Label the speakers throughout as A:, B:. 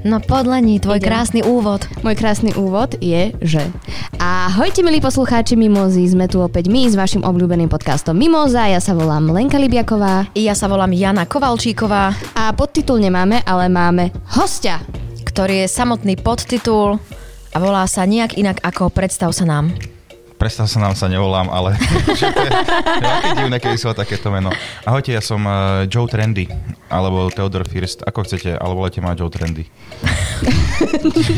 A: No podlení, tvoj
B: Idem.
A: krásny úvod.
B: Môj krásny úvod je, že... Ahojte milí poslucháči Mimozy, sme tu opäť my s vašim obľúbeným podcastom Mimoza, ja sa volám Lenka Libiaková
C: Ja sa volám Jana Kovalčíková,
B: a podtitul nemáme, ale máme hostia.
C: ktorý je samotný podtitul a volá sa nejak inak ako Predstav sa nám.
D: Prestal sa nám sa nevolám, ale že to je že aké divné, keď sú takéto meno. Ahojte, ja som eh, Joe Trendy, alebo Theodor First, ako chcete, ale volajte ma Joe Trendy.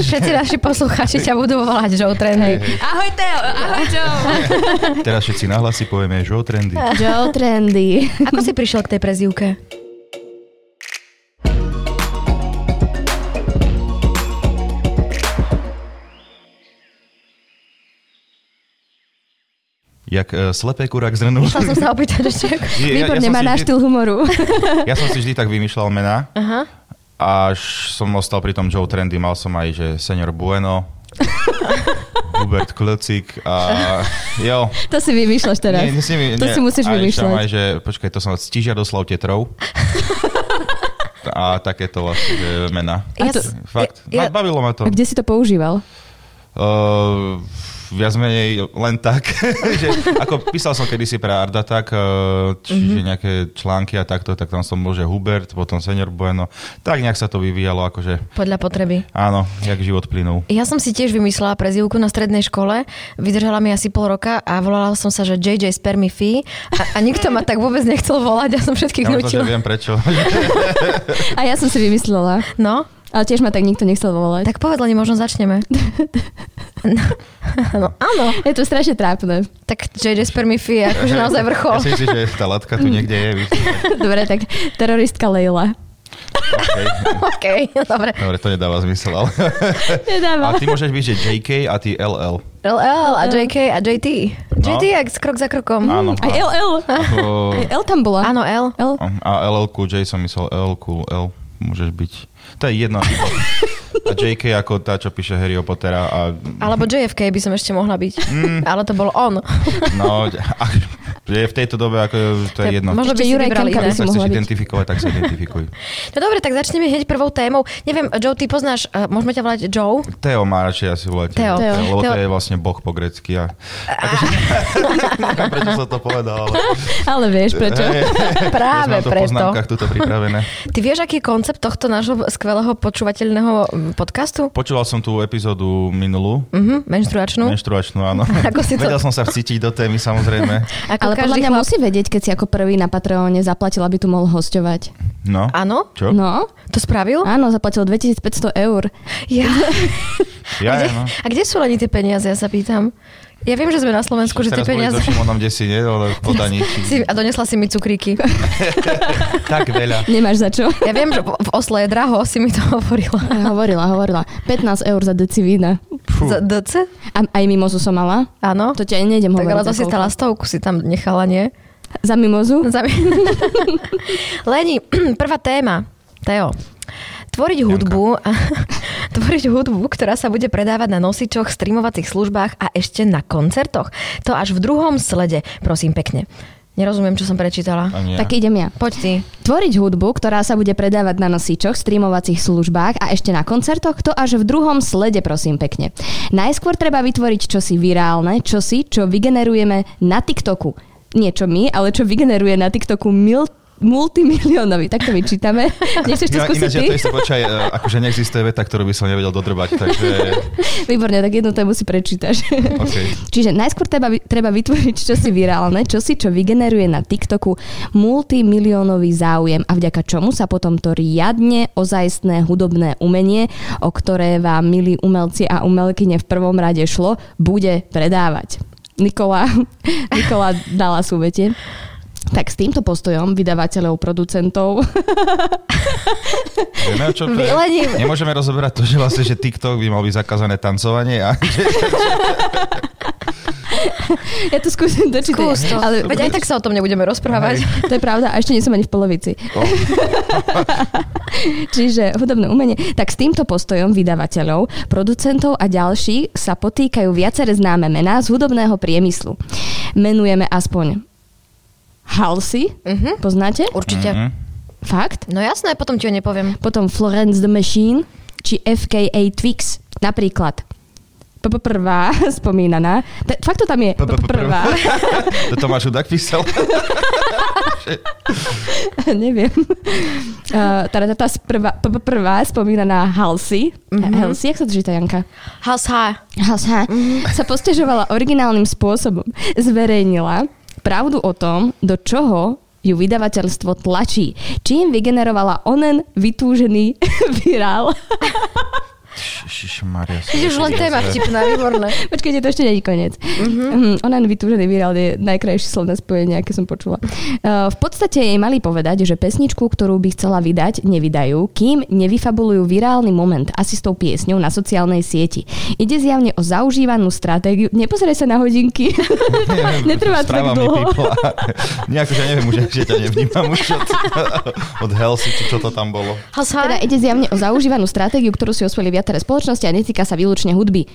C: Všetci naši poslucháči ťa budú volať Joe Trendy. Ahoj Teo, ahoj Joe.
D: Teraz všetci nahlasí povieme Joe Trendy.
B: Joe Trendy.
C: Ako si prišiel k tej prezývke?
D: Jak uh, slepé kurák zrnul.
C: Chcel som sa opýtať ešte.
D: Ja,
B: Výborne,
D: som
B: má
D: si
B: náš
D: vždy-
B: štýl humoru.
D: Ja som si vždy tak vymýšľal mená,
C: Aha.
D: až som ostal pri tom Joe Trendy, mal som aj, že Senior Bueno, Hubert Klocik a jo.
B: To si vymýšľaš teraz.
D: Nie, si mi-
B: to si musíš
D: aj
B: vymýšľať.
D: tam Aj, že, počkaj, to som stížia doslav tetrov. a takéto vlastne že, mená.
B: A
C: Ja,
B: to-
C: s-
D: Fakt,
C: Ja-
D: ja, bavilo ma to.
B: A kde si to používal?
D: Uh, viac menej len tak, že ako písal som kedysi pre Arda tak, uh,
B: Mhm.
D: čiže mm-hmm. nejaké články a takto, tak tam som bol, že Hubert, potom Senior Bueno, tak nejak sa to vyvíjalo, akože
C: podľa potreby.
D: áno, jak život plynul.
C: Ja som si tiež vymyslela prezývku na strednej škole, vydržala mi asi pol roka a volala som sa, že JJ Spermi Fee a, a nikto ma tak vôbec nechcel volať, ja som všetkých
D: Ja možno, že
C: nutila.
D: viem prečo.
B: A ja som si vymyslela.
C: No,
B: Ale tiež ma tak nikto nechcel volať.
C: tak povedla, možno začneme. No, áno.
B: Je to strašne trápne.
C: Tak JJ Spermifi je akože naozaj vrchol.
D: Ja si myslím, že tá latka tu niekde je. Víš?
B: Dobre, tak teroristka Leila.
D: Okay.
C: OK, dobre.
D: Dobre, to nedáva zmysel, ale... A
B: Nedáva.
D: ty môžeš byť, že JK a ty LL.
C: LL a JK a JT. JT je krok za krokom.
D: No. Áno.
B: Mm, Aj LL.
D: Ako-
B: Aj L tam bola.
C: Áno, L.
B: L.
D: A LL ku J som myslel L ku L. Môžeš byť. To je jedno. A JK ako tá, čo píše Harry Pottera a...
C: Alebo JFK by som ešte mohla byť.
D: Mm.
C: Ale to bol on.
D: No, a, je v tejto dobe ako to je jedno.
C: Možno by si
B: Ešte Juraj
C: vybrali
B: Kemka by
C: iné.
B: si
D: Sa chceš
B: mohla byť.
D: identifikovať, tak sa identifikuj.
C: No dobre, tak začneme hneď prvou témou. Neviem, Joe, ty poznáš, eh, môžeme ťa volať Joe?
D: Teo má radšej asi volať.
C: Teo.
B: Teo.
D: Lebo to
C: Teo.
D: je vlastne boh po grecky. A... Akože... Neviem, prečo som to povedal, ale...
B: Ale vieš prečo?
D: Hej,
C: Práve
D: ja som na to v
C: preto.
D: poznámkach tuto pripravené.
C: Ty vieš, aký je koncept tohto nášho skvelého počúvateľného mm, podcastu?
D: Počúval som tú epizódu minulú,
C: Mhm, menštruačnú.
D: menštruačnú, áno.
C: Ako si to-
D: Vedel som sa vcítiť do témy, samozrejme.
C: Ako
B: Ale podľa
C: každý
B: mňa
C: chlap-
B: musí vedieť, keď si ako prvý na Patreóne zaplatil, aby tu mohol hosťovať.
D: No.
C: Áno,
D: Čo?
B: No,
C: to spravil?
B: áno, zaplatil 2500 eur.
C: Ja.
D: Ja,
C: kde,
D: ja, no.
C: A kde sú len tie peniaze, ja sa pýtam. Ja viem, že sme na Slovensku, že tie
D: Teraz boli
C: peniaze...
D: so Šimonom desi, nie? Ale v Kodani.
C: Si, a donesla si mi cukríky.
D: tak veľa.
B: Nemáš za čo.
C: Ja viem, že v v Osle je draho, si mi to hovorila.
B: Ja hovorila, hovorila. 15 eur za deci vína.
D: Fú.
C: Z DC?
B: A aj mimozu som mala.
C: Áno.
B: To ti aj nejdem
C: Tak
B: hovoriť.
C: ale to
B: za
C: si
B: koľko.
C: tá lastovku si tam nechala, nie?
B: Za mimozu?
C: Za- Leni, prvá téma. Teo, tvoriť hudbu, tvoriť hudbu, ktorá sa bude predávať na nosičoch, streamovacích službách a ešte na koncertoch. To až v druhom slede, prosím pekne. Nerozumiem, čo som prečítala.
D: Ani ja.
B: Tak idem ja.
C: Poď ty.
B: Tvoriť hudbu, ktorá sa bude predávať na nosičoch, streamovacích službách a ešte na koncertoch, to až v druhom slede, prosím pekne. Najskôr treba vytvoriť čosi virálne, čosi, čo vygenerujeme na TikToku. Nie čo my, ale čo vygeneruje na TikToku mil multimilionový. Tak to vyčítame. Nechceš to
D: Ja,
B: skúsiť
D: ináč, ja
B: ty?
D: to isté, počkaj, e, akože neexistuje veta, ktorú by som nevedel dodrbať, takže...
B: Výborne, tak jednu tému si prečítaš.
D: OK.
B: Čiže najskôr treba, vy- treba vytvoriť čosi virálne, čosi, čo vygeneruje na TikToku multimilionový záujem a vďaka čomu sa potom to riadne ozajstné hudobné umenie, o ktoré vám milí umelci a umelkyne v prvom rade šlo, bude predávať. Nikola, Nikola dala súvetie. Tak s týmto postojom vydavateľov, producentov
D: Vieme, o čom to je?
C: Vylením.
D: Nemôžeme rozoberať to, že vlastne, že TikTok by mal byť zakázané tancovanie a
B: Ja to skúsim dočítať.
C: Skús to.
B: Ale
C: Ale, Veď aj tak sa o tom nebudeme rozprávať.
B: To je pravda, a ešte nie som ani v polovici.
D: Oh.
B: Čiže hudobné umenie. Tak s týmto postojom vydavateľov, producentov a ďalších sa potýkajú viaceré známe mená z hudobného priemyslu. Menujeme aspoň Halsey,
C: Mhm.
B: poznáte?
C: Určite.
D: Mhm.
B: Fakt?
C: No jasné, potom ti ho nepoviem.
B: Potom Florence the Machine, či FKA Twix. Napríklad p- prvá spomínaná. T- fakt to tam je.
D: P- p-
B: Prvá.
D: To Tomáš Udák písal.
B: Neviem. Uh, teda tá prvá, p- p- prvá spomínaná Halsey. Mm-hmm. Halsey, jak sa to číta, Janka?
C: House high.
B: Halsey. Sa postežovala originálnym spôsobom. Zverejnila pravdu o tom, do čoho ju vydavateľstvo tlačí. Čím vygenerovala onen vytúžený virál.
D: Ježišmaria.
C: Čiže už len téma vtipná, výborné.
B: Počkajte, to ešte nie je koniec. Mm-hmm. Onen vytúžený virál je najkrajšie slovné spojenie, aké som počula. Uh, v podstate jej mali povedať, že pesničku, ktorú by chcela vydať, nevydajú, kým nevyfabulujú virálny moment asi s tou piesňou na sociálnej sieti. Ide zjavne o zaužívanú stratégiu. Nepozeraj sa na hodinky. Netrvá to tak dlho.
D: Nejako, akože ja neviem, už že ťa nevnímam už od, od Helsi, či čo to tam bolo.
C: House
B: Teda
C: high.
B: ide zjavne o zaužívanú stratégiu, ktorú si osvojili viaceré spoločnosti a netýka sa výlučne hudby.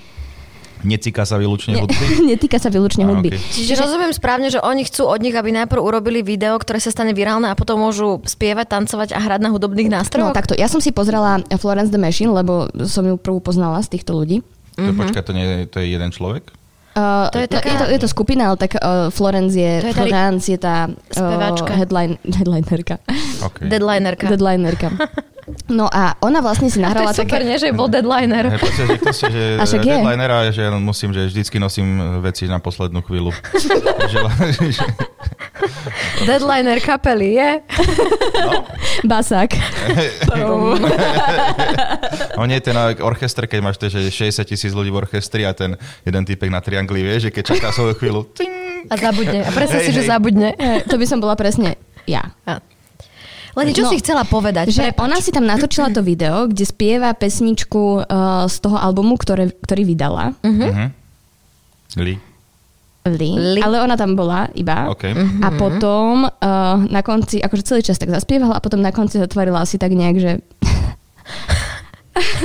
D: Necíka sa výlučne hudby.
B: netýka sa výlučne
D: Á,
B: hudby.
D: okej.
C: Čiže rozumiem správne, že oni chcú od nich, aby najprv urobili video, ktoré sa stane virálne a potom môžu spievať, tancovať a hrať na hudobných
B: No
C: nástrojoch?
B: takto, ja som si pozrela eh, Florence the Machine, lebo som ju prvú poznala z týchto ľudí.
D: To, počkaj, to, nie, to je jeden človek?
B: Uh,
C: To je taká-
B: je, to, je to skupina, ale tak uh, Florence je,
C: To je tá ri-
B: Florence je tá
C: Speváčka.
B: Uh, headline, headlinerka.
D: Okay.
C: Deadlinerka.
B: Deadlinerka. No a ona vlastne si
C: To
B: nahrala
C: je super,
B: také...
C: nie, že bol
D: Hej,
C: deadliner.
D: proste, že to si, že
B: A však je.
D: deadlinera je, že ja musím, že vždycky nosím veci na poslednú chvíľu. že, že,
C: Deadliner kapely je.
B: Basák.
D: no nie, ten orchester, keď máš tie, že 60 tisíc ľudí v orchestri a ten jeden typek na triangli vie, že keď čaká svoju chvíľu, ting,
C: A zabudne. A presne
D: Hej,
C: si, že
D: hej.
C: zabudne.
B: Eh, to by som bola presne ja.
C: A- Leni, čo
B: No.
C: si chcela povedať?
B: Že
C: Prepač.
B: ona si tam natočila to video, kde spieva pesničku uh, z toho albumu, ktoré, ktorý vydala.
D: Mhm. Li.
B: Lee,
C: Lee.
B: ale ona tam bola iba.
D: OK.
B: A
C: Mhm.
B: potom uh, na konci, akože celý čas tak zaspievala a potom na konci zatvorila asi tak nejak, že...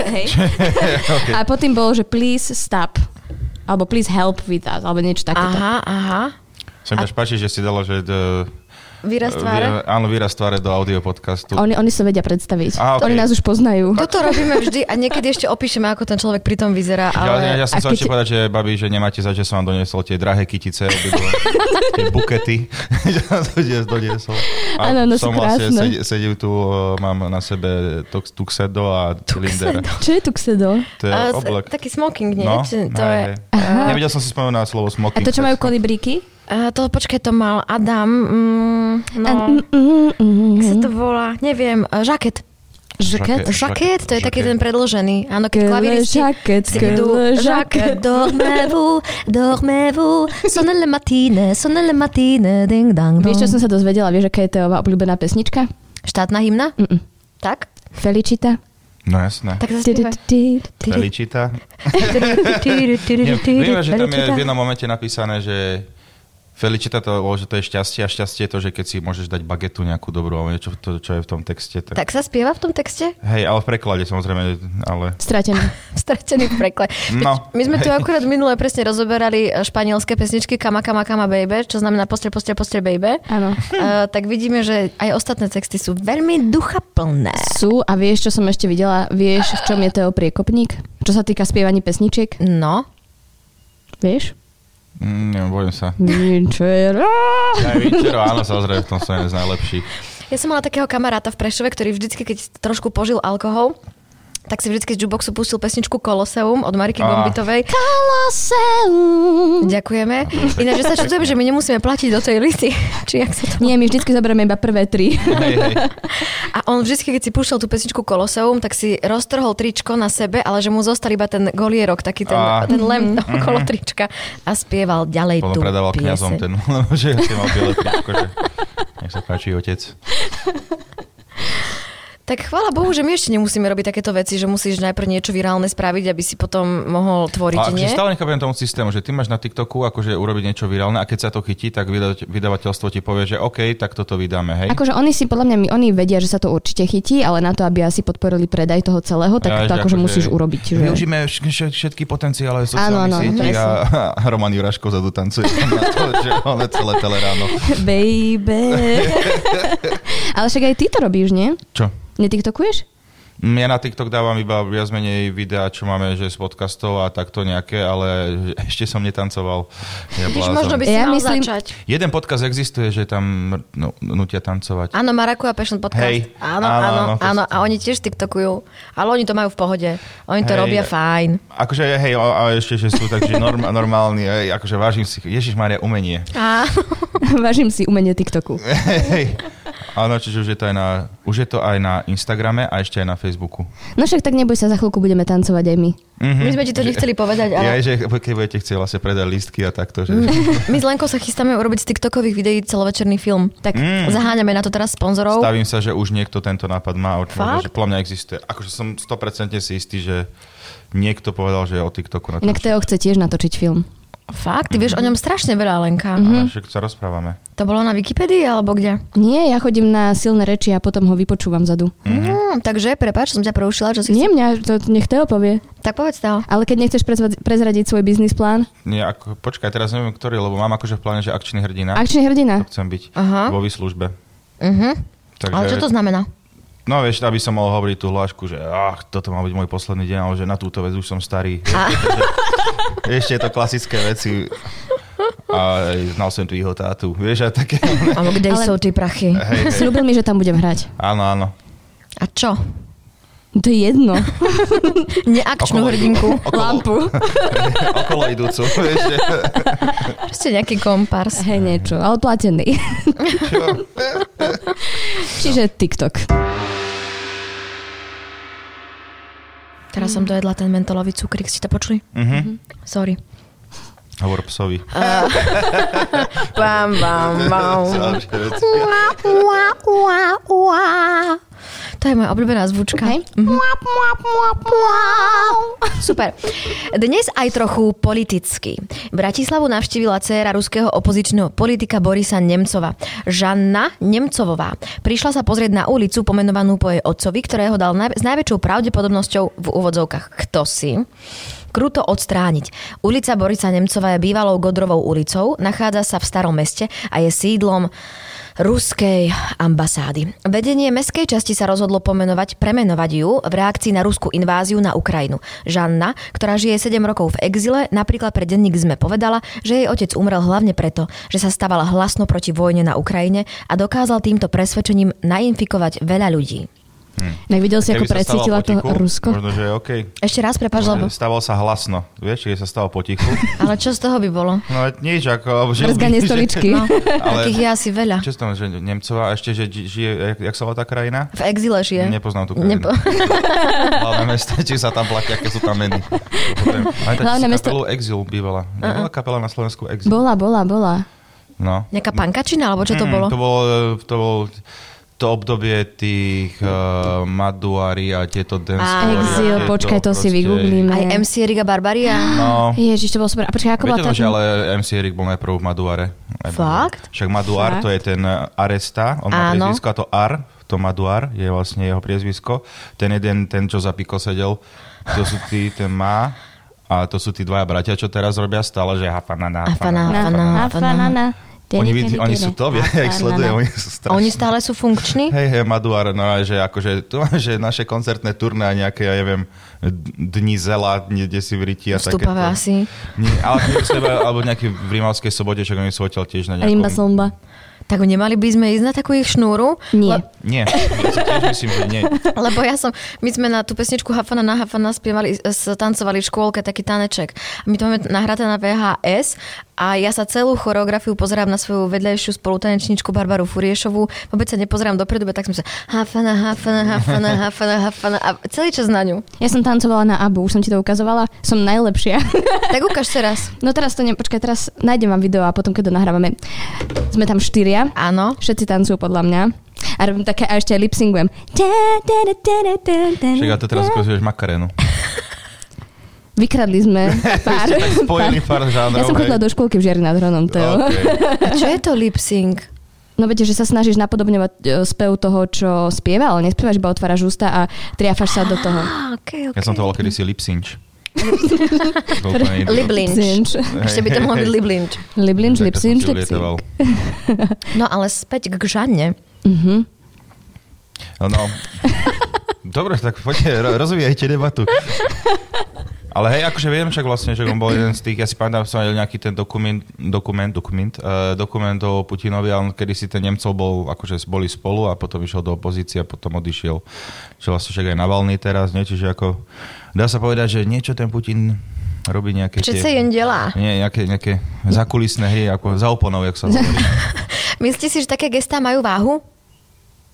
B: Hej.
D: okay.
B: A potom bolo, že please stop. Alebo please help with us. Alebo niečo takéto.
C: Aha, aha.
D: Sa mi až páči, že si dala, že... d-
C: Výraz tváre.
D: Vy- Áno, výraz tváre do audio podcastu.
B: Oni, oni sa vedia predstaviť.
D: Á, okej.
B: Oni nás už poznajú.
C: Toto robíme vždy a niekedy ešte opíšeme, ako ten človek pri tom vyzerá, ale...
D: Ja, ja, ja
B: a
D: som sa
B: keď-
D: ešte povedať, že babi, že nemáte za, že som vám doniesol tie drahé kytice, obidve, tie bukety, že vám to dnes doniesol.
B: Áno, no sú
D: som vlastne
B: krásne.
D: sedi, sedím tu, eh, mám na sebe tox, tuxedo a cylinder.
B: Čo je tu ksedo?
D: To je
C: A s-
D: oblek.
C: Taký smoking, nie? Či- to
D: hej,
C: je...
D: hej. Nevedel som si spomenúť na
B: A
D: slovo smoking.
B: to, čo majú kolibríky?
C: A to, počkaj, to mal Adam, mm, no,
B: A- mm, mm, mm,
C: jak sa
B: mm.
C: to volá, neviem, e, žaket.
B: Žaket?
C: Žaket, to je taký ten predložený. Áno, keď
B: Kele
C: klaviristi
B: žaket,
C: si idú
B: kele
C: žaket.
B: žaket.
C: Dormevu, dormevu, sonele matine, sonele matine, ding dang dong.
B: Vieš, čo som sa dozvedela? Vieš, aká je Teová obľúbená pesnička?
C: Štátna hymna?
B: Mm-mm.
C: Tak?
B: Felicita.
D: No jasné.
C: Tak zaspívaj.
D: Feličita. Nie, Viem, že tam je v jednom momente napísané, že Felicita to, bolo, že to je šťastie a šťastie je to, že keď si môžeš dať bagetu nejakú dobrú, alebo niečo, to, čo je v tom texte. Tak...
C: Tak sa spieva v tom texte?
D: Hej, ale v preklade samozrejme, ale...
B: Stratený.
C: Stratený v preklade.
D: No.
C: My sme tu akurát minule presne rozoberali e, španielské pesničky Kama, kama, kama, baby, čo znamená postre, postre, postre, baby.
B: Áno.
C: Uh, tak vidíme, že aj ostatné texty sú veľmi duchaplné.
B: Sú a vieš, čo som ešte videla? Vieš, v čom je Teo priekopník? Čo sa týka spievaní pesničiek?
C: No.
B: Vieš?
D: Mm, neviem, bojím sa.
B: Ničero.
D: Aj Vinčero, áno, samozrejme, v tom som jeden z najlepších.
C: Ja som mala takého kamaráta v Prešove, ktorý vždycky, keď trošku požil alkohol, tak si vždycky z jukeboxu pustil pesničku Koloseum od Mariky
D: Á.
C: Gombitovej.
B: Koloseum.
C: Ďakujeme. Ináč, že sa čudujem, že my nemusíme platiť do tej listy. Či jak sa to...
B: Nie, my vždycky zoberieme iba prvé tri.
D: Hej, hej.
C: A on vždy, keď si púšťal tú pesničku Koloseum, tak si roztrhol tričko na sebe, ale že mu zostal iba ten golierok, taký ten,
D: Á.
C: ten lem okolo trička a spieval ďalej
D: Potom
C: tú
D: predával kňazom
C: pieseň.
D: ten, lebo že si mal biele tričko, že nech sa páči otec.
C: Tak chvála Bohu, že my ešte nemusíme robiť takéto veci, že musíš najprv niečo virálne spraviť, aby si potom mohol tvoriť,
D: A
C: nie?
D: akože stále nechápem tomu systému, že ty máš na TikToku akože urobiť niečo virálne a keď sa to chytí, tak vyda- vydavateľstvo ti povie, že OK, tak toto vydáme, hej.
B: Akože oni si, podľa mňa, my- oni vedia, že sa to určite chytí, ale na to, aby asi podporili predaj toho celého, tak to
D: Ja, že
B: akože
D: akože
B: musíš urobiť. Že...
D: Využíme vš- vš- všetky potenciály sociálnych
B: áno,
D: sietí a, a Roman Juraško zadu tancuje tam na to, že ale celé tele ráno.
B: Baby. ale však aj ty to robíš, nie?
D: Čo? Mm,
B: Netiktokuješ?
D: Ja na TikTok dávam iba viac menej videá, čo máme, že z podcastov a takto nejaké, ale ešte som netancoval. Ja
C: Vidíš, možno by si
B: Ja
C: mal
B: myslím-
C: začať.
D: Jeden podcast existuje, že tam no, nutia tancovať.
C: Áno, Marakuja Passion Podcast.
D: Hej.
C: Áno, áno,
D: Áno,
C: áno,
D: áno,
C: áno. A
D: presne.
C: oni tiež tiktokujú. Ale oni to majú v pohode. Oni to
D: Hej.
C: robia fajn.
D: Akože hej, a, a ešte, že sú takže norm, normálni, hej, akože vážim si, Ježiš Maria, umenie.
C: A
B: Vážim si umenie TikToku.
D: Hej. Áno, čiže už je, to aj na, už je to aj na Instagrame a ešte aj na Facebooku.
B: No však tak neboj sa, za chvíľku budeme tancovať aj my.
D: Mhm.
C: my sme ti to nechceli povedať,
D: Ja,
C: ale
D: že keď budete chcieť vlastne predať listky a takto, že...
C: my s Lenkou sa chystáme urobiť z tiktokových videí celovečerný film. Tak
D: Mm.
C: zaháňame na to teraz sponzorov.
D: Stavím sa, že už niekto tento nápad má,
C: Fakt?
D: určite, že podľa mňa existuje. Akože som 100% si istý, že niekto povedal, že je o TikToku na tom.
B: Inak Teo chce tiež natočiť film.
C: Fakt, ty
D: Mhm.
C: vieš o ňom strašne veľa, Lenka.
D: Ale však sa rozprávame.
C: To bolo na Wikipedii alebo kde?
B: Nie, ja chodím na silné reči a potom ho vypočúvam zadu.
D: Mhm.
C: Mm, takže, prepáč, som ťa prerušila, čo si
B: Nie mňa, to nech Teo povie.
C: chcel- Tak povedz to.
B: Ale keď nechceš prezva- prezradiť svoj biznis plán,
D: Nie, ako, počkaj, teraz neviem ktorý, lebo mám akože v pláne, že akčný hrdina.
B: akčný hrdina.
D: To chcem byť
C: Aha.
D: vo výslužbe.
C: Uh-huh.
D: Takže,
C: Ale čo to znamená?
D: No vieš, aby som mohol hovoriť tú hlášku, že ach, toto má byť môj posledný deň, ale že na túto vec už som starý. Vieš, že- Vieš, je to klasické veci. A znal som tu jeho tátu. Vieš, a také...
C: Alebo kde
B: Ale-
C: sú tie prachy?
D: Hej, hej.
B: Slúbil mi, že tam budem hrať.
D: Áno, áno.
C: A čo?
B: To je jedno.
C: Neakčnú
D: Okolo-
C: hrdinku.
B: Lampu.
D: Okolo idúcu. Vieš, že...
C: Proste nejaký kompars.
B: Hej, niečo. Ale platený.
D: Čo?
B: Čiže TikTok.
C: Teraz som dojedla ten mentolový cukrík, ste to počuli?
D: Mhm.
C: Sorry.
D: Hovor psovi.
C: Bam, bam, bam.
D: Ďalšie veci.
C: Ua, ua, ua, ua. To je moja obľúbená zvučka.
B: Hej.
C: Mhm. Super. Dnes aj trochu politicky. Bratislavu navštívila dcéra ruského opozičného politika Borisa Nemcova. Žanna Nemcovová prišla sa pozrieť na ulicu pomenovanú po jej otcovi, ktorého dal naj- s najväčšou pravdepodobnosťou v úvodzovkách kto si kruto odstrániť. Ulica Borisa Nemcova je bývalou Godrovou ulicou, nachádza sa v starom meste a je sídlom ruskej ambasády. Vedenie mestskej časti sa rozhodlo pomenovať, premenovať ju v reakcii na ruskú inváziu na Ukrajinu. Žanna, ktorá žije 7 rokov v exile, napríklad pre denník sme povedala, že jej otec umrel hlavne preto, že sa stávala hlasno proti vojne na Ukrajine a dokázal týmto presvedčením nainfikovať veľa ľudí.
B: Inak videl si, ako
D: Keby sa stalo
B: precítila to
D: potichu,
B: Rusko?
D: Možno, že je OK.
C: Ešte raz prepáč, lebo...
D: Stával sa hlasno. Vieš, keď sa stalo potichu.
C: Ale čo z toho by bolo?
D: No nič, ako... že-
B: Brzganie
D: že-
B: stoličky.
C: No,
D: Ale-
C: takých je asi veľa.
D: Čo tam, že Nemcová a ešte, že ži- žije, jak, jak sa volá tá krajina?
C: V exile žije.
D: Nepoznám tú krajinu.
C: Nepo-
D: Hlavné mesto, či sa tam platí, aké sú tam meny.
B: Hlavné
D: Hlavné
B: mesto-
D: mesto... Kapelu Exil bývala. Nebola kapela na Slovensku Exil?
B: Bola, bola, bola.
D: No.
C: Nejaká pankačina, alebo čo to
D: Mm,
C: bolo?
D: To bolo, e, to bolo to obdobie tých uh, Maduari a tieto dance.
C: Á,
D: floor a
B: Exil,
D: tieto
B: počkaj, to si
D: proste-
B: vygooglím.
C: Aj MC Riga Barbaria.
D: No.
B: Ježiš, to bolo super. A počkaj, ako bola
D: Viete
B: tá...
D: to, že ale MC Erik bol najprv v Maduare. Najprv.
C: Fakt?
D: Však Maduar
B: Fakt?
D: to je ten e, Aresta, on
C: Áno.
D: má priezvisko a to Ar, to Maduar je vlastne jeho priezvisko. Ten jeden, ten čo za piko sedel, to sú tí, ten má a to sú tí dvaja bratia, čo teraz robia stále, že hafanana,
C: Hafanana.
B: Na,
D: hafanana.
C: Áno,
B: na,
C: áno.
B: na, na.
D: Oni, vid- oni sú to, vie,
B: Na,
D: ich
B: na,
D: sleduje,
B: na.
D: oni sú
C: A oni
D: strašní.
C: stále sú funkční?
D: Hej, hej, Maduar, no a že akože, tu, že naše koncertné turné a nejaké, ja neviem, d- dni zela, dni, kde si v Riti a takéto.
C: Vstupavé asi.
D: Nie, ale to je seba, alebo nejaký v Rímavskej sobote, však oni sú odtiaľ tiež na nejakom...
B: Rimba slomba.
C: Tak nemali by sme ísť na takú ich šnúru?
B: Nie.
C: Le-
D: Nie, ja si tiež myslím, že nie.
C: lebo ja som, my sme na tú pesničku Hafana na Hafana spievali, s- tancovali v škôlke taký taneček. A My to máme nahraté na VHS a ja sa celú choreografiu pozerám na svoju vedľajšiu spolutanečničku Barbaru Furiešovú. Vôbec sa nepozerám dopredu, iba tak som sa Hafana, Hafana, Hafana, Hafana, Hafana a celý čas na ňu.
B: Ja som tancovala na Abu, už som ti to ukazovala. Som najlepšia.
C: Tak ukáž teraz.
B: No teraz to ne... Počkaj, teraz nájdem vám video a potom, keď to nahrávame. Sme tam štyria.
C: Áno.
B: Všetci tancujú podľa mňa. A robím také, a ešte aj lipsingujem.
D: Však ja to teraz skúsiš makarénu.
B: Vykradli sme pár.
D: tak spojili pár žánrov,
B: Ja som chodila
D: hej. No.
B: do škôlky v Žiari nad Hronom, to jo.
C: A čo je to lip sync?
B: No viete, že sa snažíš napodobňovať e, spev toho, čo spieva, ale nespievaš, iba otváraš ústa a triafaš sa do toho.
C: Ah, okay, okay.
D: Ja som to volal kedysi lipsinč. To úplne idiot.
C: Liblinč.
B: Lipsinč.
C: Ešte by to mohlo byť Liblinč.
B: Liblinč,
D: Tak to som
B: lipsinč,
D: si ulietoval.
B: lipsinč.
C: No ale späť k Žanne.
B: Mhm.
D: No, Dobre, tak poďte, ro- rozvíjajte debatu. Ale hej, akože viem však vlastne, že on bol jeden z tých, ja si pamätám, som videl nejaký ten dokument, dokument, dokument, uh, dokument o Putinovi a on kedy si ten Nemcov bol, akože boli spolu a potom išiel do opozície a potom odišiel. Čo vlastne však aj Navalny teraz, nie? Čiže ako, dá sa povedať, že niečo ten Putin robí nejaké
C: Čo sa jen delá?
D: Nie, nejaké, nejaké zakulisné hry, ako za oponou, jak sa hovorí.
C: Myslíte si, že také gestá majú váhu?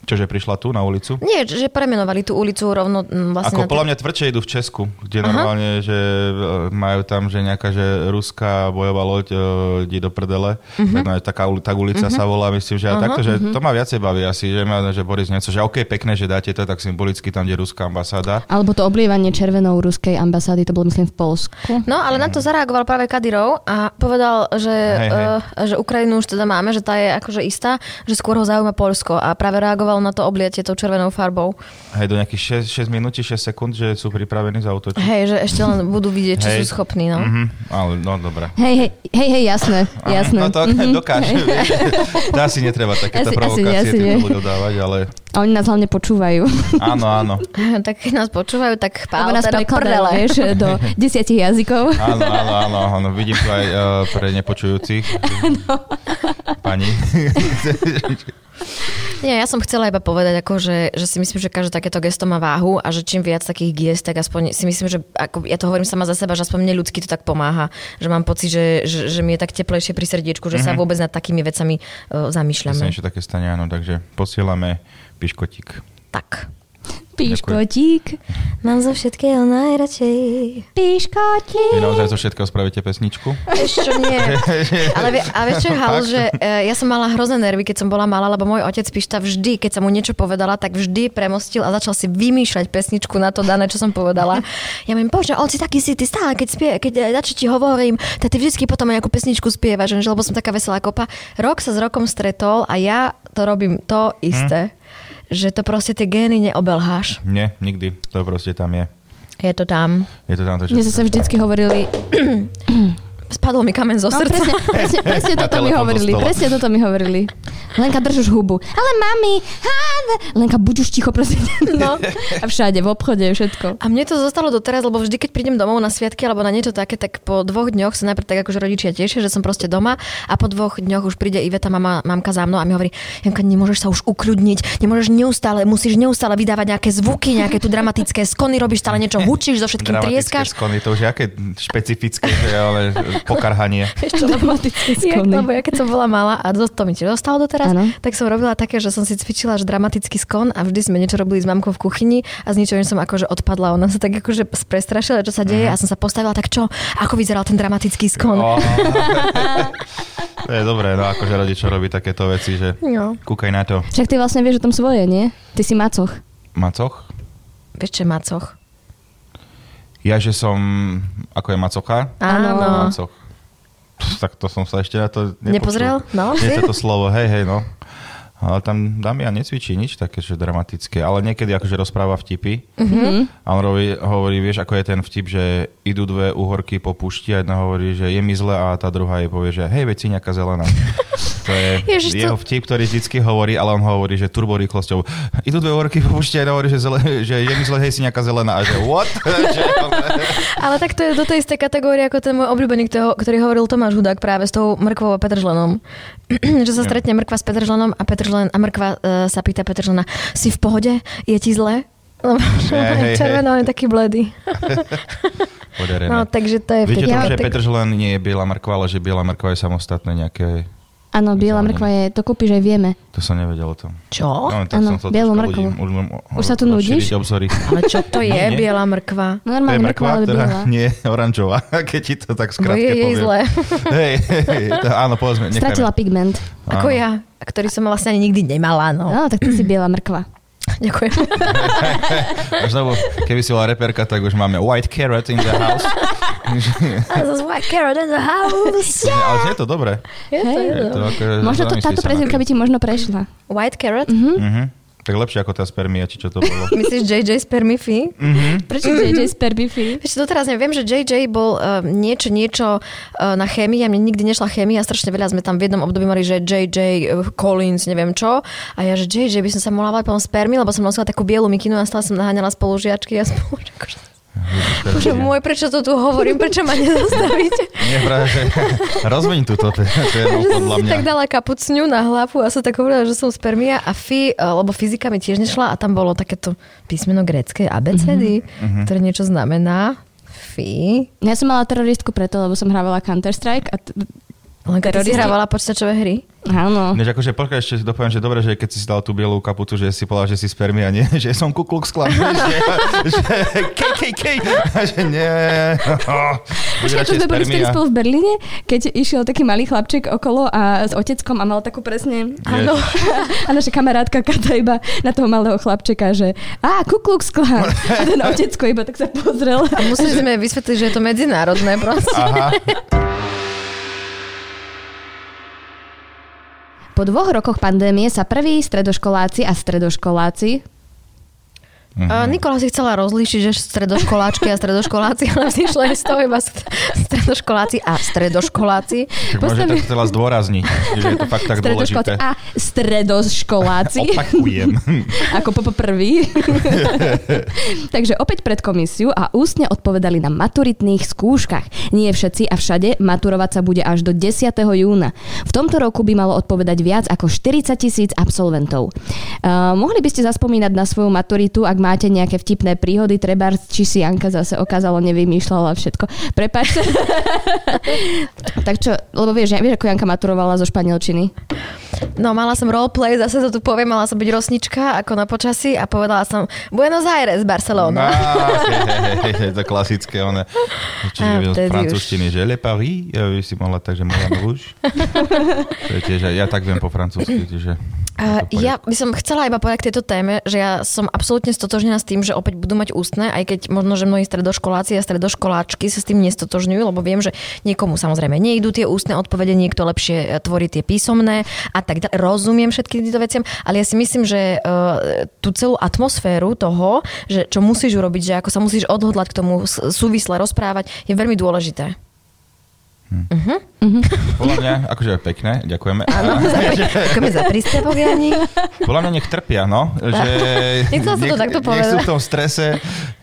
D: Čože prišla tu na ulicu?
C: Nie, že premenovali tú ulicu rovno mm, vlastne
D: Ako
C: na
D: podľa mňa tvrdšie idú v Česku, kde normálne, že e, majú tam, že nejaká, že ruská bojová loď e, ide do prdele.
B: Mhm.
D: Uh-huh. Tak, taká, uli- tak ulica uh-huh. sa volá, myslím, že uh-huh. takto, že to ma viacej baví asi, že, ma, že Boris niečo, že OK, pekné, že dáte to tak symbolicky tam, kde je ruská ambasáda.
B: Alebo to oblievanie červenou ruskej ambasády, to bolo myslím v Polsku.
C: No, ale na to zareagoval práve Kadyrov a povedal, že,
D: Mm. Hej, hej.
C: eh, že Ukrajinu už teda máme, že tá je akože istá, že skôr ho zaujíma Polsko a práve reagoval na to obliatie tou červenou farbou.
D: Hej, do nejakých 6, 6 minút či 6 sekúnd, že sú
B: No.
D: pripravení zautočiť.
C: Hej, že ešte len budú vidieť, či
D: Hej.
C: sú schopní. No.
D: Mhm, ale no, dobre.
B: Hej, hej, hej, hej, jasné, jasné.
D: No to
B: Mhm.
D: dokáže. vieš. To asi netreba takéto
B: Asi- asi nie,
D: provokácie
B: asi nie.
D: týmto ľuďom dávať, ale
B: A oni nás hlavne počúvajú.
D: áno, áno.
C: tak keď nás počúvajú, tak
B: Lebo
C: chvál
B: nás
C: teda
B: prekladajú,
C: prdele.
B: vieš, do desiatich jazykov.
D: Áno, áno, áno, áno. Vidím to aj uh, pre nepočujúcich. Pani.
C: Nie, ja som chcela iba povedať, ako, že, že si myslím, že každé takéto gesto má váhu a že čím viac takých gest, tak aspoň si myslím, že ako, ja to hovorím sama za seba, že aspoň mne ľudsky to tak pomáha. Že mám pocit, že, že, že mi je tak teplejšie pri srdiečku, že mm-hmm. sa vôbec nad takými vecami uh,
D: Keď sa
C: zamýšľame.
D: niečo také stane, áno, takže posielame piškotík.
C: Tak.
B: Píškotík,
C: Mám zo všetkého najradšej.
D: Vy
B: píškotík.
D: naozaj zo všetkého spravíte pesničku?
C: Ešte nie. Ale vie, a vieš čo je hal, že e, ja som mala hrozné nervy, keď som bola malá, lebo môj otec Pišta vždy, keď som mu niečo povedala, tak vždy premostil a začal si vymýšľať pesničku na to dané, čo som povedala. Ja mi bože, on si taký si, ty stále, keď, spie, keď dači ti hovorím, tak ty vždycky potom aj nejakú pesničku spievaš, že lebo som taká veselá kopa. Rok sa s rokom stretol a ja to robím to isté. Hm. Že to proste tie gény neobelháš.
D: Nie, nikdy. To proste tam je.
C: Je to tam.
D: Je to tam to,
B: Mne sa vždycky hovorili,
C: Spadol mi kamen zo
B: No,
C: srdca.
B: presne, presne, presne
D: Na
B: toto mi
D: telefón do
B: hovorili.
D: stola.
B: Presne toto mi hovorili. Lenka, drž už hubu. Ale mami, há, Lenka, buď už ticho, prosím. ťa. No. A všade, v obchode, všetko.
C: A mne to zostalo doteraz, lebo vždy, keď prídem domov na sviatky alebo na niečo také, tak po dvoch dňoch sa najprv tak akože rodičia tešia, že som proste doma a po dvoch dňoch už príde Iveta, mama, mamka za mnou a mi hovorí, Janka, nemôžeš sa už ukľudniť, nemôžeš neustále, musíš neustále vydávať nejaké zvuky, nejaké tu dramatické skony, robíš stále niečo, hučíš, so všetkým
D: Dramatické
C: trieskaš.
D: skony, to už je aké špecifické, že ale pokarhanie.
C: Vieš čo, lebo-
B: Dramatické
C: Jak,
B: skony.
C: lebo ja keď som bola malá a dosť to mi tiež dostalo doteraz,
B: Áno.
C: ano. tak som robila také, že som si cvičila až dramatický skon a vždy sme niečo robili s mamkou v kuchyni a z ničoho som akože odpadla. Ona sa tak akože prestrašila, čo sa deje
B: Mhm.
C: a som sa postavila, tak čo, ako vyzeral ten dramatický skon.
D: Ó. to je dobré, no akože rodičov robí takéto veci, že
C: No.
D: kúkaj na to.
B: Však ty vlastne vieš o tom svoje, nie? Ty si macoch.
D: Macoch?
C: Vieš čo, je macoch.
D: Ja, že som, ako je macocha?
B: Áno.
C: Áno.
D: Macoch. Pff, Tak to som sa ešte na to nepočul.
C: Nepozrel? No,
D: Nie
C: si?
D: toto slovo, hej, hej, no. Ale tam Damian necvičí nič také, že dramatické, ale niekedy akože rozpráva vtipy.
B: Mhm.
D: A on hovorí, hovorí, vieš, ako je ten vtip, že idú dve uhorky po púšti a jedna hovorí, že je mi zle a tá druhá jej povie, že hej, veď si nejaká zelená. To je
C: Ježiš, to-
D: jeho vtip, ktorý vždycky hovorí, ale on hovorí, že turbo rýchlosťou. Idú dve uhorky po púšti a jedna hovorí, že, zele, že je mi zle, hej, si nejaká zelená. A že what? Že
C: Ale tak to je do tej istej kategórie ako ten môj obľúbený, ktorý, ktorý hovoril Tomáš Hudák práve s tou mrkvou a Petržlenom. že sa stretne mrkva s Petržlenom a, Petržlen, a mrkva uh, sa pýta Petržlena, si v pohode? Je ti zle? Lebo
D: Hej, hej, hej.
C: červeno, on je taký bledý.
D: Podarené.
C: No, takže to je vtedy.
D: Viete to,
C: ale
D: že
C: tak-
D: Petr Žlen nie je biela mrkva, ale že biela mrkva je samostatné nejaké...
B: Áno, biela mrkva je, to kúpiš aj vieme.
D: To som nevedel o tom.
C: Čo?
B: áno,
D: No, chcel
B: bielú
D: trošku
B: mrkvu.
D: ľudí- ľuďom o-
B: Už sa tu
D: rozšíriť
B: nudíš?
D: obzory.
C: Ale čo to je,
D: Nie, nie.
C: biela mrkva?
B: No
D: To je
B: normálne mrkva,
D: mrkva,
B: ale
D: ktorá
B: biela.
D: nie je oranžová, keď ti to tak
C: Bo
D: skrátke
C: je jej
D: poviem.
C: zle.
D: Hej, hej, to- áno, povedzme, nechajme.
B: Stratila pigment.
D: Áno.
C: Ako ja, ktorý som vlastne ani nikdy nemala, no.
B: No, tak ty si biela mrkva.
C: Ďakujem.
D: Až znovu, keby si bola reperka, tak už máme White Carrot in the house.
C: I just want carrot in the house.
D: Ale je to dobré.
C: Je to,
B: Hej.
C: je
D: Je
C: to. Mhm.
D: to ako,
B: Možno to, táto prezivka by ti možno prešla.
C: White carrot?
D: Mm-hmm. Tak lepšie ako tá spermia, či čo to bolo.
C: Myslíš JJ Spermify?
D: Mhm. Hm?
B: Prečo JJ z Perbifi?
C: Vieš, čo, doteraz neviem, že JJ bol uh, niečo, niečo uh, na chémii a mne nikdy nešla chémia, strašne veľa sme tam v jednom období mali, že JJ uh, Collins, neviem čo. A ja, že JJ by som sa mohla volať potom spermi, lebo som nosila takú bielu mikinu a stále som naháňala spolužiačky a spolužiačky. Bože môj, prečo to tu hovorím, prečo ma nezastavíte?
D: Nie, práve, že rozmeň túto, to, to je no,
C: Ja som
D: podľa
C: si
D: mňa.
C: tak dala kapucňu na hlavu a som tak hovorila, že som spermia a fi, eh, lebo fyzika mi tiež nešla a tam bolo takéto písmeno grécké abecedy,
D: Mhm,
C: mm-hmm. ktoré niečo znamená. Fi.
B: Ja som mala teroristku preto, lebo som hrávala Counter-Strike a t-
C: Len keď si
B: Teroristi-
C: hrávala počítačové hry.
B: áno.
D: Než akože počkaj, ešte dopoviem, že dobre, že keď si si dal tú bielú kapucu, že si povedal, že si spermia, nie, že som kukluk sklam, že, že KKK, a že nie. Bude
B: Počkaj, to
D: radšej
B: sme boli vtedy
D: spermia.
B: spolu v Berlíne, keď išiel taký malý chlapček okolo a s oteckom a mal takú presne... Áno. A naša kamarátka Kata iba na toho malého chlapčeka, že a kukluk sklá. A ten otecko iba tak sa pozrel.
C: A museli sme jej vysvetliť, že je to medzinárodné proste.
D: Aha,
B: Po dvoch rokoch pandémie sa prví stredoškoláci a stredoškoláci
C: Uh,
D: mhm.
C: Nikola si chcela rozlíšiť, že stredoškoláčky a stredoškoláci, ale vzýšlo je z toho iba st- stredoškoláci a stredoškoláci.
D: Čiže možno tak chcela zdôrazniť, že je to fakt tak
B: stredoškoláci
D: dôležité.
B: a stredoškoláci.
D: Opakujem.
B: ako po prvý. Takže opäť pred komisiu a ústne odpovedali na maturitných skúškach. Nie všetci a všade maturovať sa bude až do 10. júna. V tomto roku by malo odpovedať viac ako 40 tisíc absolventov. Uh, mohli by ste zaspomínať na svoju maturitu, ak máte nejaké vtipné príhody, treba, či si Janka zase okázalo nevymýšľala všetko. Prepač. tak čo, lebo vieš, ja- vieš, ako Janka maturovala zo španielčiny?
C: No mala som roleplay, zase to tu poviem, mala som byť rosnička ako na počasí a povedala som Buenos Aires,
D: No,
C: Barcelona.
D: je to klasické,
C: no.
D: one.
C: A
D: Čiže z
C: vtedy
D: francúzštiny, že Le Paris, ja by si mohla tak, že Moulin Rouge. To je tiež, ja tak viem po francúzsky, čiže...
C: A
D: je to v
C: ja by som chcela iba povedať k tejto téme, že ja som absolútne stotožnená s tým, že opäť budú mať ústne, aj keď možno, že mnohí stredoškoláci a stredoškoláčky sa s tým nestotožňujú, lebo viem, že niekomu samozrejme nejdú tie ústne odpovede, niekto lepšie e, tvorí tie písomné a tak ďalej. Rozumiem všetkým týmto veciam, ale ja si myslím, že e, tú celú atmosféru toho, že čo musíš urobiť, že ako sa musíš odhodlať k tomu s- súvisle rozprávať, je veľmi dôležité.
D: Podľa mňa, akože je pekné, ďakujeme.
C: Áno, za, ďakujeme za príspevok, Jani.
D: Podľa mňa nech trpia, no. Že
C: Nechcela som to takto
D: nech sú
C: povedať.
D: v tom strese,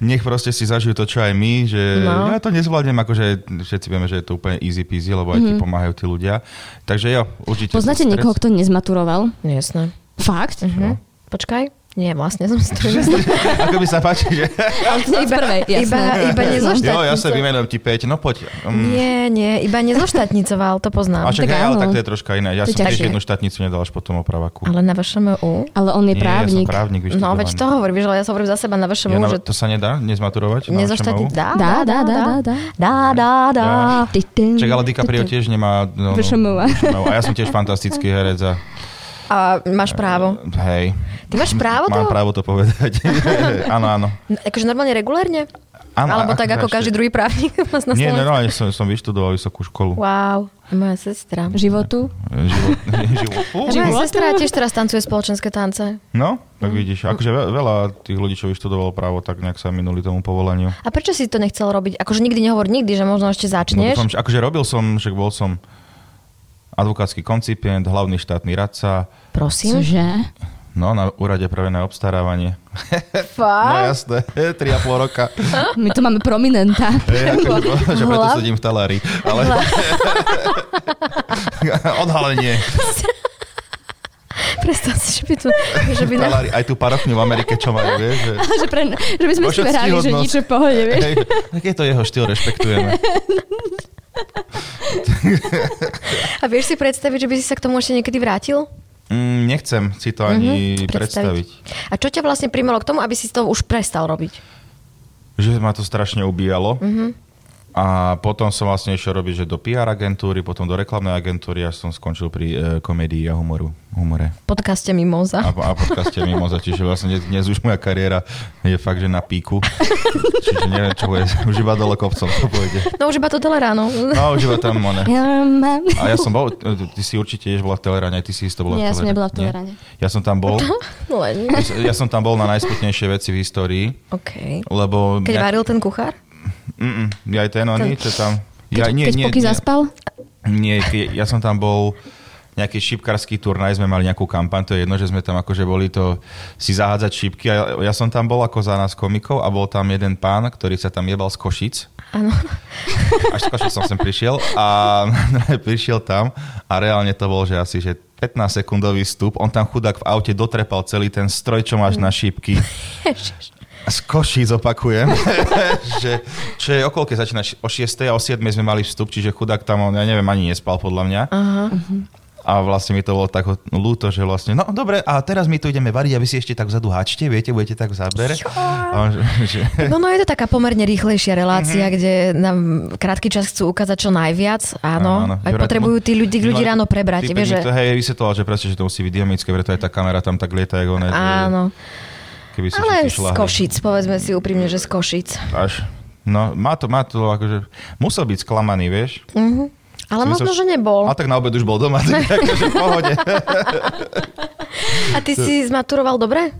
D: nech proste si zažijú to, čo aj my, že
C: No.
D: no. ja to nezvládnem, akože všetci vieme, že je to úplne easy peasy, lebo aj ti pomáhajú tí ľudia. Takže jo, určite...
B: Mhm. Poznáte
D: ten stres-
B: niekoho, kto nezmaturoval?
C: No, Jasné.
B: Fakt?
C: Mhm. Počkaj. Nie, vlastne som si to už-
D: Ako by sa páči, že...
B: Iba, prvej,
C: iba, iba
D: Jo, ja
C: nezoštatnicoval.
D: sa vymenujem ti 5, no poď. Mm.
C: Nie, nie, iba nezoštatnicoval, to
D: A
C: poznám.
D: však
B: tak
D: hej, ale
B: áno.
D: tak to je troška iné. Ja
B: To je
D: som
B: ťažšie.
D: tiež jednu štátnicu nedal až potom opravaku.
C: Ale na VŠMU?
B: Ale on je
D: Nie, ja som
B: právnik.
D: právnik
C: No, veď to hovorím, že ale ja sa hovorím za seba na
D: Ja
C: VŠMU,
D: na,
C: že
D: to sa nedá nezmaturovať? na
C: nezoštatnic...
D: VŠMU?
C: Dá,
B: Dá, dá, dá, dá, dá.
C: Dá, dá, dá.
B: Ty, ty,
D: Čak, ale DiCaprio
B: ty, ty.
D: tiež nemá... No, no,
B: VŠMU.
D: VŠMU. A ja som tiež fantastický herec a...
C: A máš právo.
D: Hej.
C: Ty máš právo
D: Mám
C: to?
D: právo to povedať. áno, áno.
C: No, Akože normálne regulérne?
D: áno
C: Alebo
D: a-
C: tak ako
D: ešte-
C: každý druhý právnik u nás na
D: Nie,
C: Slovensku?
D: normálne som, som vyštudoval vysokú školu.
C: Wow, moja sestra.
B: Životu.
D: Život, život. Fú.
C: Moja
B: Život?
C: sestra tiež teraz tancuje spoločenské tance.
D: No, tak
C: Mm.
D: vidíš, akože ve- veľa tých ľudí, čo vyštudovalo právo, tak nejak sa minuli tomu povoleniu.
C: A prečo si to nechcel robiť? Akože nikdy nehovor nikdy, že možno ešte začneš.
D: dúfam, že, akože robil som, že bol som advokátsky koncipient, hlavný štátny radca,
C: Prosím.
B: Cože?
D: no na úrade pre verejné obstarávanie. No
C: Fakt?
D: jasné, 3,5 roka.
B: My tu máme prominenta.
D: Hej, akože, že preto
C: Hlav-
D: sedím v talári. Ale... Odhalenie.
C: Predstav si, že by, tu, že by na
D: Talári, aj tú parokňu v Amerike, čo majú, vieš. Že...
B: že, pre, že by sme si
D: Ošetci
B: hrali, že
D: hodnosť.
B: nič v pohode, vieš?
D: Hej, tak je to jeho štýl, rešpektujeme.
C: A vieš si predstaviť, že by si sa k tomu ešte niekedy vrátil?
D: Mm, nechcem si to ani
C: Mhm,
D: predstaviť.
C: A čo ťa vlastne primelo k tomu, aby si to už prestal robiť?
B: Mhm.
D: Že ma to strašne ubíjalo. A potom som vlastne išiel robiť, že do PR agentúry, potom do reklamnej agentúry až som skončil pri e, komédii a humoru, humore.
C: Podcaste Mimoza.
D: A, a podcaste Mimoza, čiže vlastne dnes už moja kariéra je fakt, že na píku. čiže neviem, čo bude, už iba dole kopcom to pôjde.
C: No už iba to tele ráno.
D: No už iba tam, one.
B: Um,
D: A ja som bol, ty si určite tiež bola v Teleráne, aj ty si isto bola
B: Nie, ja som nebola v
D: Nie?
B: Teleráne.
D: Ja som tam bol,
C: Len.
D: ja som tam bol na najsmutnejšie veci v histórii,
C: OK.
D: lebo...
C: Keď varil ten kuchár?
D: Mm, mm, ja aj ten, oni, to tam... Ja, nie,
B: keď
D: nie,
B: Poky
D: nie,
B: zaspal?
D: Nie, ke- ja som tam bol nejaký šipkarský turnaj, sme mali nejakú kampaň, to je jedno, že sme tam akože boli to si zahádzať šipky. A ja, ja som tam bol ako za nás komikov a bol tam jeden pán, ktorý sa tam jebal z Košic.
C: Áno.
D: Až z Košic som sem prišiel a prišiel tam a reálne to bol, že asi že 15 sekundový vstup, on tam chudák v aute dotrepal celý ten stroj, čo máš na šípky. Z Košíc opakujem, že čo je okolo, keď začína ši- o 6. a o 7. sme mali vstup, čiže chudák tam, on, ja neviem, ani nespal podľa mňa.
C: Aha.
D: A vlastne mi to bolo tak ľúto, že vlastne, no dobre, a teraz my tu ideme variť a vy si ešte tak vzadu háčte, viete, budete tak v zábere. A on, že, že,
C: No, no je to taká pomerne rýchlejšia
D: Mhm.
C: relácia, mm-hmm. kde na krátky čas chcú ukázať čo najviac. Áno, áno, áno. aj
D: Juraj,
C: potrebujú tí ľudí, ľudí
D: Juraj,
C: ráno prebrať.
D: typek
C: Vieš,
D: mi
C: že...
D: to, hej, vysvetloval, že presne, že to musí byť dynamické, preto aj tá kamera tam tak lieta, ako ona, že
C: Áno,
D: keby si
C: ale
D: všetci
C: z
D: šla, hej.
C: Košic, povedzme si úprimne, že z Košic.
D: Až, no, má to, má to, akože, musel byť sklamaný, vieš.
C: Mhm. Ale
D: Som
C: možno,
D: myslel,
C: že nebol.
D: A tak na obed už bol doma, tak akože v pohode.
C: A ty si zmaturoval dobre?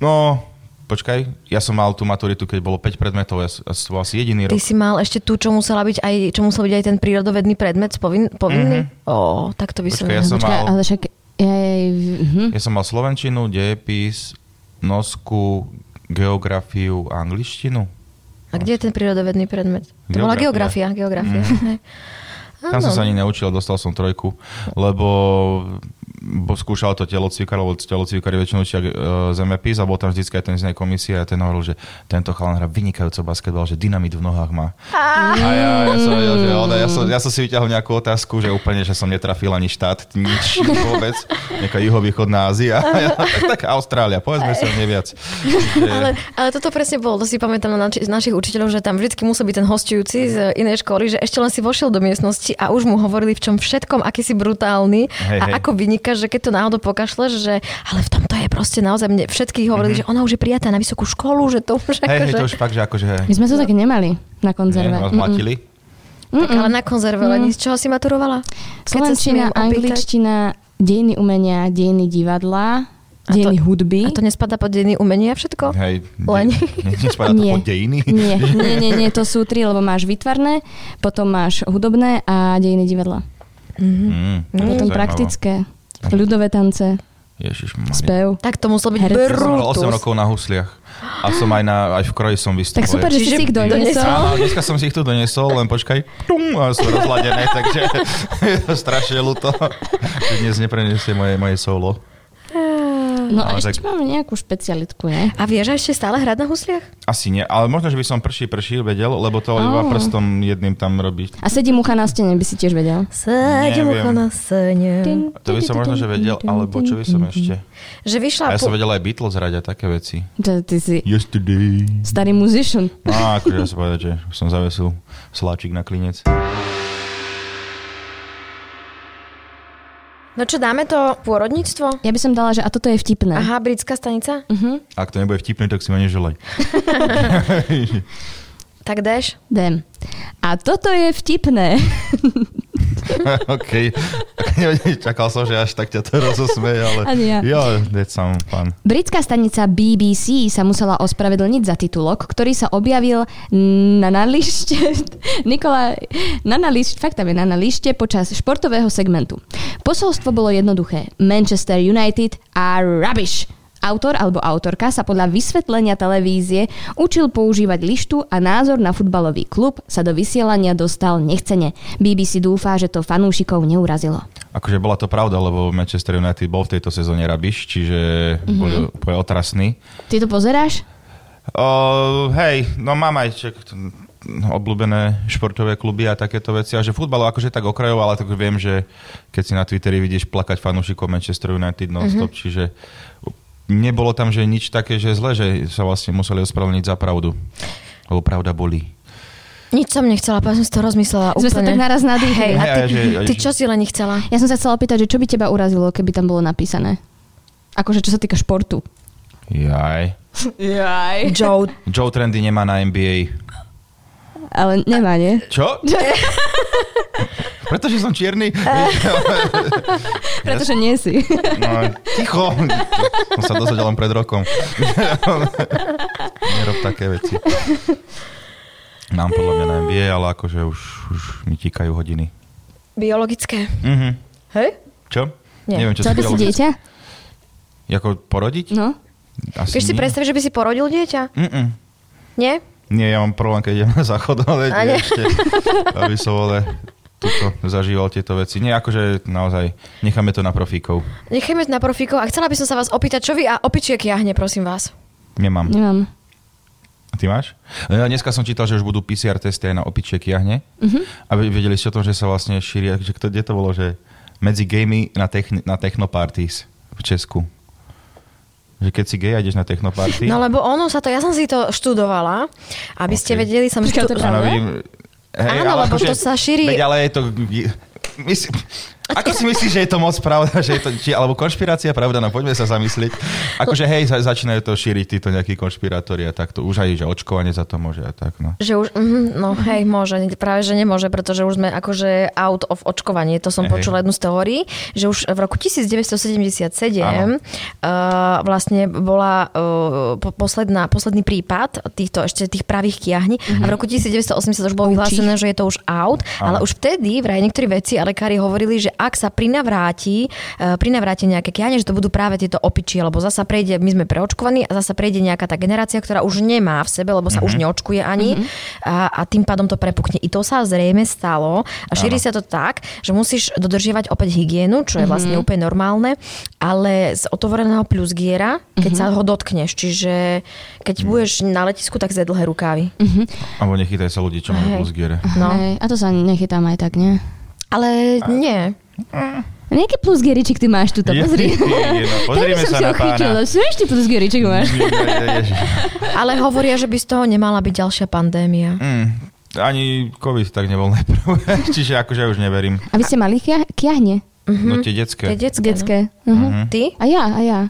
D: No, počkaj, ja som mal tú maturitu, keď bolo 5 predmetov, ja, s- ja som bol asi jediný
C: Ty
D: rok.
C: si mal ešte tú, čo, musela byť aj, čo musel byť aj ten prírodovedný predmet spovin, povinný? Mm-hmm. Ó, tak to by som...
D: Mhm. Počkaj, ja som
B: Počkaj,
D: mal...
B: ale však... Jej, mhm.
D: Ja som mal slovenčinu, dejepis, nosku, geografiu a angličtinu.
C: A kde je ten prírodovedný predmet? To bola
D: Geografia. Mhm.
C: geografia. geografia. hej.
D: Tam som
C: Áno.
D: sa ani neučil, dostal som trojku, lebo bo skúšal to telocvikár, lebo telocvikári väčšinou učia e, zemepis a bol tam vždycky aj ten z nej komisie a ten hovoril, že tento chalan hrá vynikajúco basketbal, že dynamit v nohách má. A ja, ja, som, vedel, že ona, ja, som, ja som si vyťahol nejakú otázku, že úplne, že som netrafil ani štát, nič vôbec, nejaká juhovýchodná Ázia, ja, tak, tak Austrália, povedzme sa neviac. Čiže-
C: Ale, ale toto presne bolo, to si pamätám na nači- z našich učiteľov, že tam vždycky musel byť ten hostujúci z inej školy, že ešte len si vošiel do miestnosti a už mu hovorili v čom všetkom, aký si brutálny
D: Hej,
C: a
D: hej.
C: ako vynikáš, že keď to náhodou pokašleš, že ale v tomto je proste naozaj, mne všetkých hovorili, mm-hmm. že ona už je prijatá na vysokú školu, že to už
D: Mhm. Hej, hej,
C: akože...
D: to už fakt, že akože...
B: My sme to tak nemali na konzerve.
D: Nie,
B: Mm,
D: vás
B: mm.
D: mlatili?
C: Tak, ale na konzerve, mm. z čoho si maturovala? Keď sa smiem
B: Slovenčina,
C: opýtať.
B: angličtina, dejiny umenia, dejiny divadla,
C: A to-
B: dejiny hudby.
C: A to nespadá pod dejiny umenia všetko?
D: Hej,
C: Len.
D: ne- nespadá to
B: Nie. Mm-hmm.
D: pod dejiny?
B: Nie, nie, nie, nie, to sú tri, lebo máš výtvarné, potom máš hudobné a dejiny divadla. Mm-hmm.
D: Mm, to je
B: Potom
D: zaujímavé.
B: praktické, ľudové tance,
D: Ježišmarja.
B: spev.
C: Tak to muselo byť
B: Herec.
D: Som mal 8
C: brutus.
D: rokov na husliach. A som aj, na, aj v kroji som vystupoval.
B: Tak super, že si
C: Čiže
B: si ich doniesol.
D: Áno, dneska som si ich tu doniesol, len počkaj, tum, a sú rozladené, takže je to strašne ľúto. že Dnes nepreniesie moje, moje solo.
B: No a
D: Ale
B: ešte
D: tak-
B: máme nejakú špecialitku, ne?
C: A vieš ešte stále hrať na husliach?
D: Asi nie, ale možno, že by som prší prší vedel, lebo to
B: Á.
D: iba prstom jedným tam robíš.
B: A sedí mucha na stene, by si tiež vedel.
C: Sedem
D: Neviem.
C: ucho na sene.
D: Hm. To by som možno, že vedel, alebo čo by som ešte.
C: Že vyšla...
D: A ja
C: po-
D: som vedel aj Beatles hrať a také veci.
B: To Ty si
D: Yesterday.
B: starý musician.
D: No, akože dá sa povedať, že som zavesil sláčik na klinec.
C: No čo, dáme to pôrodníctvo?
B: Ja by som dala, že a toto je vtipné.
C: Aha, britská stanica?
D: Ak to nebude vtipné, tak si ma neželaj.
C: Tak deš?
B: Dem. A toto je vtipné.
D: OK. Čakal som, že až tak ťa to rozosmeje, ale...
B: Ani ja.
D: Jo, that's some fun.
B: Britská stanica BBC sa musela ospravedlniť za titulok, ktorý sa objavil na nalište Nikola, na nalište, fakt tam je na nalište počas športového segmentu. Posolstvo bolo jednoduché. Manchester United are rubbish. Autor alebo autorka sa podľa vysvetlenia televízie učil používať lištu a názor na futbalový klub sa do vysielania dostal nechcene. BBC dúfa, že to fanúšikov neurazilo.
D: Akože bola to pravda, lebo Manchester United bol v tejto sezóne rabiš, čiže
B: Mhm.
D: mm-hmm. boli úplne otrasní.
B: Ty to pozeráš?
D: O, hej, no mám aj čak, obľúbené športové kluby a takéto veci. A že futbal akože tak okrajov, ale tak viem, že keď si na Twitteri vidíš plakať fanúšikov Manchester United non-stop, mm-hmm. čiže nebolo tam, že nič také, že zle, že sa vlastne museli ospravedlniť za pravdu. Lebo pravda bolí.
C: Nič som nechcela, práve som si to rozmyslela
B: Sme
C: úplne.
B: sa tak naraz nadýchli.
C: Hej, a
D: Hej,
C: ty,
D: a že- a
C: ty
D: že-
C: čo si len nechcela?
B: Ja som sa chcela opýtať, že čo by teba urazilo, keby tam bolo napísané? Akože čo sa týka športu.
D: Jaj.
B: Jaj.
C: Joe.
D: Joe Trendy nemá na NBA.
B: Ale nemá, nie?
D: Čo? Pretože som čierny?
B: Pretože nie si.
D: No, ticho. Som sa dozvedel len pred rokom. Nerob také veci. Mám podľa mňa na NBA, ale akože už, už mi tikajú hodiny.
C: Biologické.
D: Mhm.
C: Hej?
D: Čo?
C: Nie.
D: Neviem, čo
B: Chcel by si
D: biologicky-
B: dieťa?
D: Ako porodiť?
B: No.
D: Asi
C: Vieš si
D: nie.
C: predstaviť, že by si porodil dieťa?
D: Mm-mm.
C: Nie?
D: Nie, ja mám problém, keď idem na záchod, ale
C: A
D: nie.
C: nie.
D: ešte, aby som vole, tuto, zažíval tieto veci. Nie, akože naozaj, necháme to na profíkov.
C: Nechajme to na profíkov a chcela by som sa vás opýtať, čo vy a opičiek jahne, prosím vás.
D: Nemám.
B: Nemám.
D: A Ty máš? E, Dneska som čítal, že už budú PCR testy aj na opičiek jahne.
C: Mhm.
D: Uh-huh. A ve- vedeli ste o tom, že sa vlastne šíria, že kto, kde to bolo, že medzi gamey na, techn- na technoparties v Česku. Že keď si gej a ideš na technoparty.
C: No lebo ono sa to, ja som si to študovala, aby ste
D: Ok.
C: vedeli, som
B: Počkaj,
C: štu...
B: to je pravda?
D: Áno, vidím. akože
C: Áno, lebo to sa šíri-
D: Veď, ale je to... Myslím, ako si myslíš, že je to moc pravda, že je to, či, alebo konšpirácia pravda, no poďme sa zamyslieť. Akože hej, za, začínajú to šíriť títo nejakí konšpirátori a takto. Už aj, že očkovanie za to môže a tak, no.
C: Že už, mm, no
B: Mhm.
C: hej, môže, práve že nemôže, pretože už sme akože out of očkovanie, to som
D: Hej.
C: počula jednu z teórií, že už v roku 1977
D: Áno.
C: uh, vlastne bola uh, po- posledná, posledný prípad týchto ešte tých pravých kiahní a
D: Mhm.
C: v roku 1980 už bolo vyhlásené, že je to už out, ale
D: Áno.
C: už vtedy vraj niektorí vedci a lekári hovorili, že ak sa prinavráti, uh, prinavráti nejaké kiahne, že to budú práve tieto opičie, lebo zasa prejde, my sme preočkovaní a zasa prejde nejaká tá generácia, ktorá už nemá v sebe, lebo sa už neočkuje ani a, a tým pádom to prepukne. I to sa zrejme stalo a šíri sa to tak, že musíš dodržiavať opäť hygienu, čo je vlastne úplne normálne, ale z otvoreného plusgiera, keď sa ho dotkneš, čiže keď budeš na letisku, tak ze dlhé rukávy.
D: Alebo nechytaj sa ľudí, čo majú
C: Hej.
D: plusgiere.
C: No.
B: Hej, a to sa nechytám aj tak, nie?
C: Ale nie.
B: Nejaký plus geričik ty máš tuto,
D: Je-
B: pozri.
D: je- je- no, pozrime
B: Ten som
D: sa
B: si
D: na
B: ochytila. Čo ešte plus geričik máš?
D: Ježiš.
C: Ale hovoria, že by z toho nemala byť ďalšia pandémia.
D: Mm, ani COVID tak nebol najprv. Čiže akože ja už neverím.
B: A vy ste mali kia- kiahne?
D: No tie detské.
C: Tie detské. no.
B: Detské. Mhm.
D: Hm?
C: Ty?
B: A ja, a ja.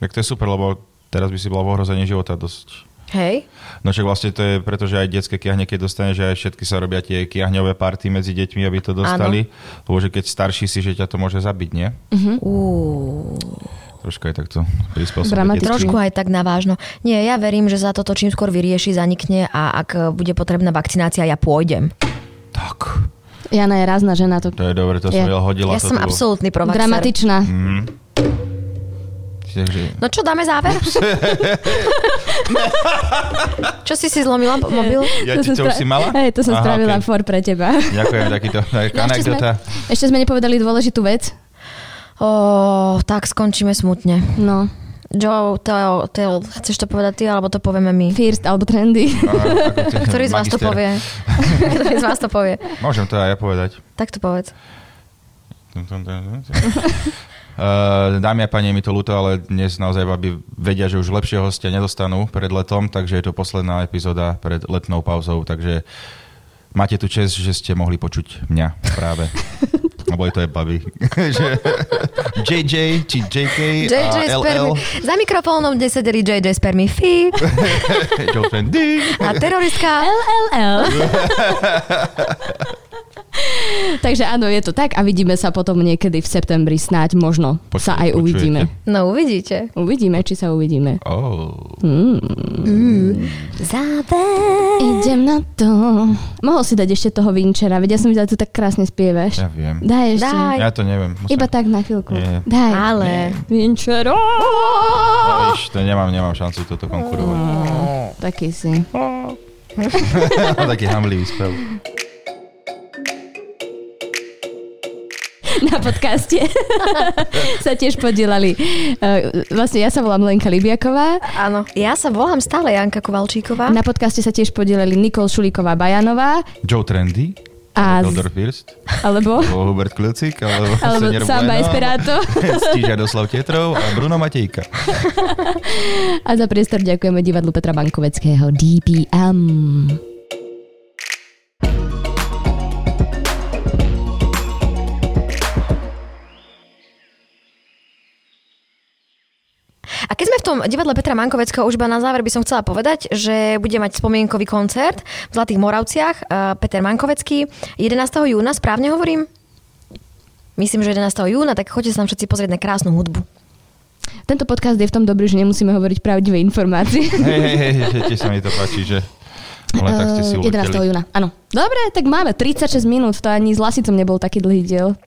D: Tak to je super, lebo teraz by si bola v ohrození života dosť.
C: Hej.
D: No však vlastne to je preto, že aj detské kiahne, keď dostane, že aj všetky sa robia tie kiahňové party medzi deťmi, aby to dostali. Áno. Lebo že keď starší si, že ťa to môže zabiť, nie?
C: Hm? Uú.
D: Troška je takto prispôsobené.
B: Dramatické.
D: detským.
C: Trošku aj tak na vážno. Nie, ja verím, že sa toto čím skôr vyrieši, zanikne a ak e, bude potrebná vakcinácia, ja pôjdem.
D: Tak,
B: Jana je rázna žena, to
D: to je dobre, to som
B: Je.
D: ja hodila.
C: Ja
D: to
C: som
D: tu.
C: absolútny provaxer.
B: Dramatičná.
D: Mm. Takže...
C: No čo, dáme záver? čo si si zlomila po- mobil?
D: Ja
B: To
D: ti
B: som
D: to už
B: spra-
D: si mala?
B: Hej, to som
D: Aha,
B: spravila
D: okej.
B: for pre teba.
D: Ďakujem, takýto
B: No, ešte, sme,
D: anekdota.
B: ešte sme nepovedali dôležitú vec.
C: Ó, tak skončíme smutne.
B: No,
C: Joe, Teo, Teo, chceš to povedať ty, alebo to povieme my?
B: first alebo trendy.
D: Aha, ako ty-
C: Ktorý z vás to
D: Mhm, magister.
C: povie? Ktorý z vás to povie?
D: Môžem to aj ja povedať.
C: Tak to povedz.
D: Uh, dámy a páni, je mi to ľúto, ale dnes naozaj baby vedia, že už lepšie hostia nedostanú pred letom, takže je to posledná epizóda pred letnou pauzou, takže máte tu čest, že ste mohli počuť mňa práve. Lebo je to je baby. Že JJ či JK
C: JJ
D: a LL.
C: Spermi. Za mikrofónom dnes sedeli JJ Spermi Fi
D: Joe Fendi.
C: a teroristka
B: LLL. Takže áno, je to tak a vidíme sa potom niekedy v septembri snáď možno
D: Počkej,
B: sa aj
D: počujete?
B: uvidíme.
C: No uvidíte.
B: Uvidíme, či sa uvidíme.
D: Oh.
C: Záver.
B: Idem na to. Mohol si dať ešte toho Vinčera, veď ja som videla, tu tak krásne spievaš.
D: Ja viem.
B: Daj ešte.
C: Daj.
D: Ja to neviem. Musím.
B: Iba tak na chvíľku.
D: Nie.
B: Daj.
C: Ale
B: Vinčero.
D: Víš, to nemám, nemám šancu toto konkurovať.
B: Taký si.
D: Taký hamlivý spev.
B: na podcaste sa tiež podielali. Eh, Vlastne ja sa volám Lenka Libiaková.
C: áno. Ja sa volám stále Janka Kovalčíková.
B: Na podcaste sa tiež podielali Nikol Šulíková Bajanová
D: Joe Trendy.
B: a z,
D: Theodor First.
B: alebo,
D: Alebo Hubert Kľucik, alebo,
B: alebo
D: Senior
B: Samba
D: Bueno,
B: Esperanto.
D: Stížia Doslav Tetrov a Bruno Matejka.
B: A za priestor ďakujeme divadlu Petra Bankoveckého DPM.
C: A keď sme v tom divadle Petra Mankoveckého, už iba na záver by som chcela povedať, že bude mať spomienkový koncert v Zlatých Moravciach. eh, Peter Mankovecký 11. júna, správne hovorím? Myslím, že 11. júna, tak choďte sa tam všetci pozrieť na krásnu hudbu.
B: Tento podcast je v tom dobrý, že nemusíme hovoriť pravdivé informácie.
D: Hej, hej, hej, že tiež sa mi to páči, že len tak ste si
B: Eh, 11.
D: uleteli.
B: júna, áno. Dobre, tak máme 36 minút, to ani s Lasicom nebol taký dlhý diel.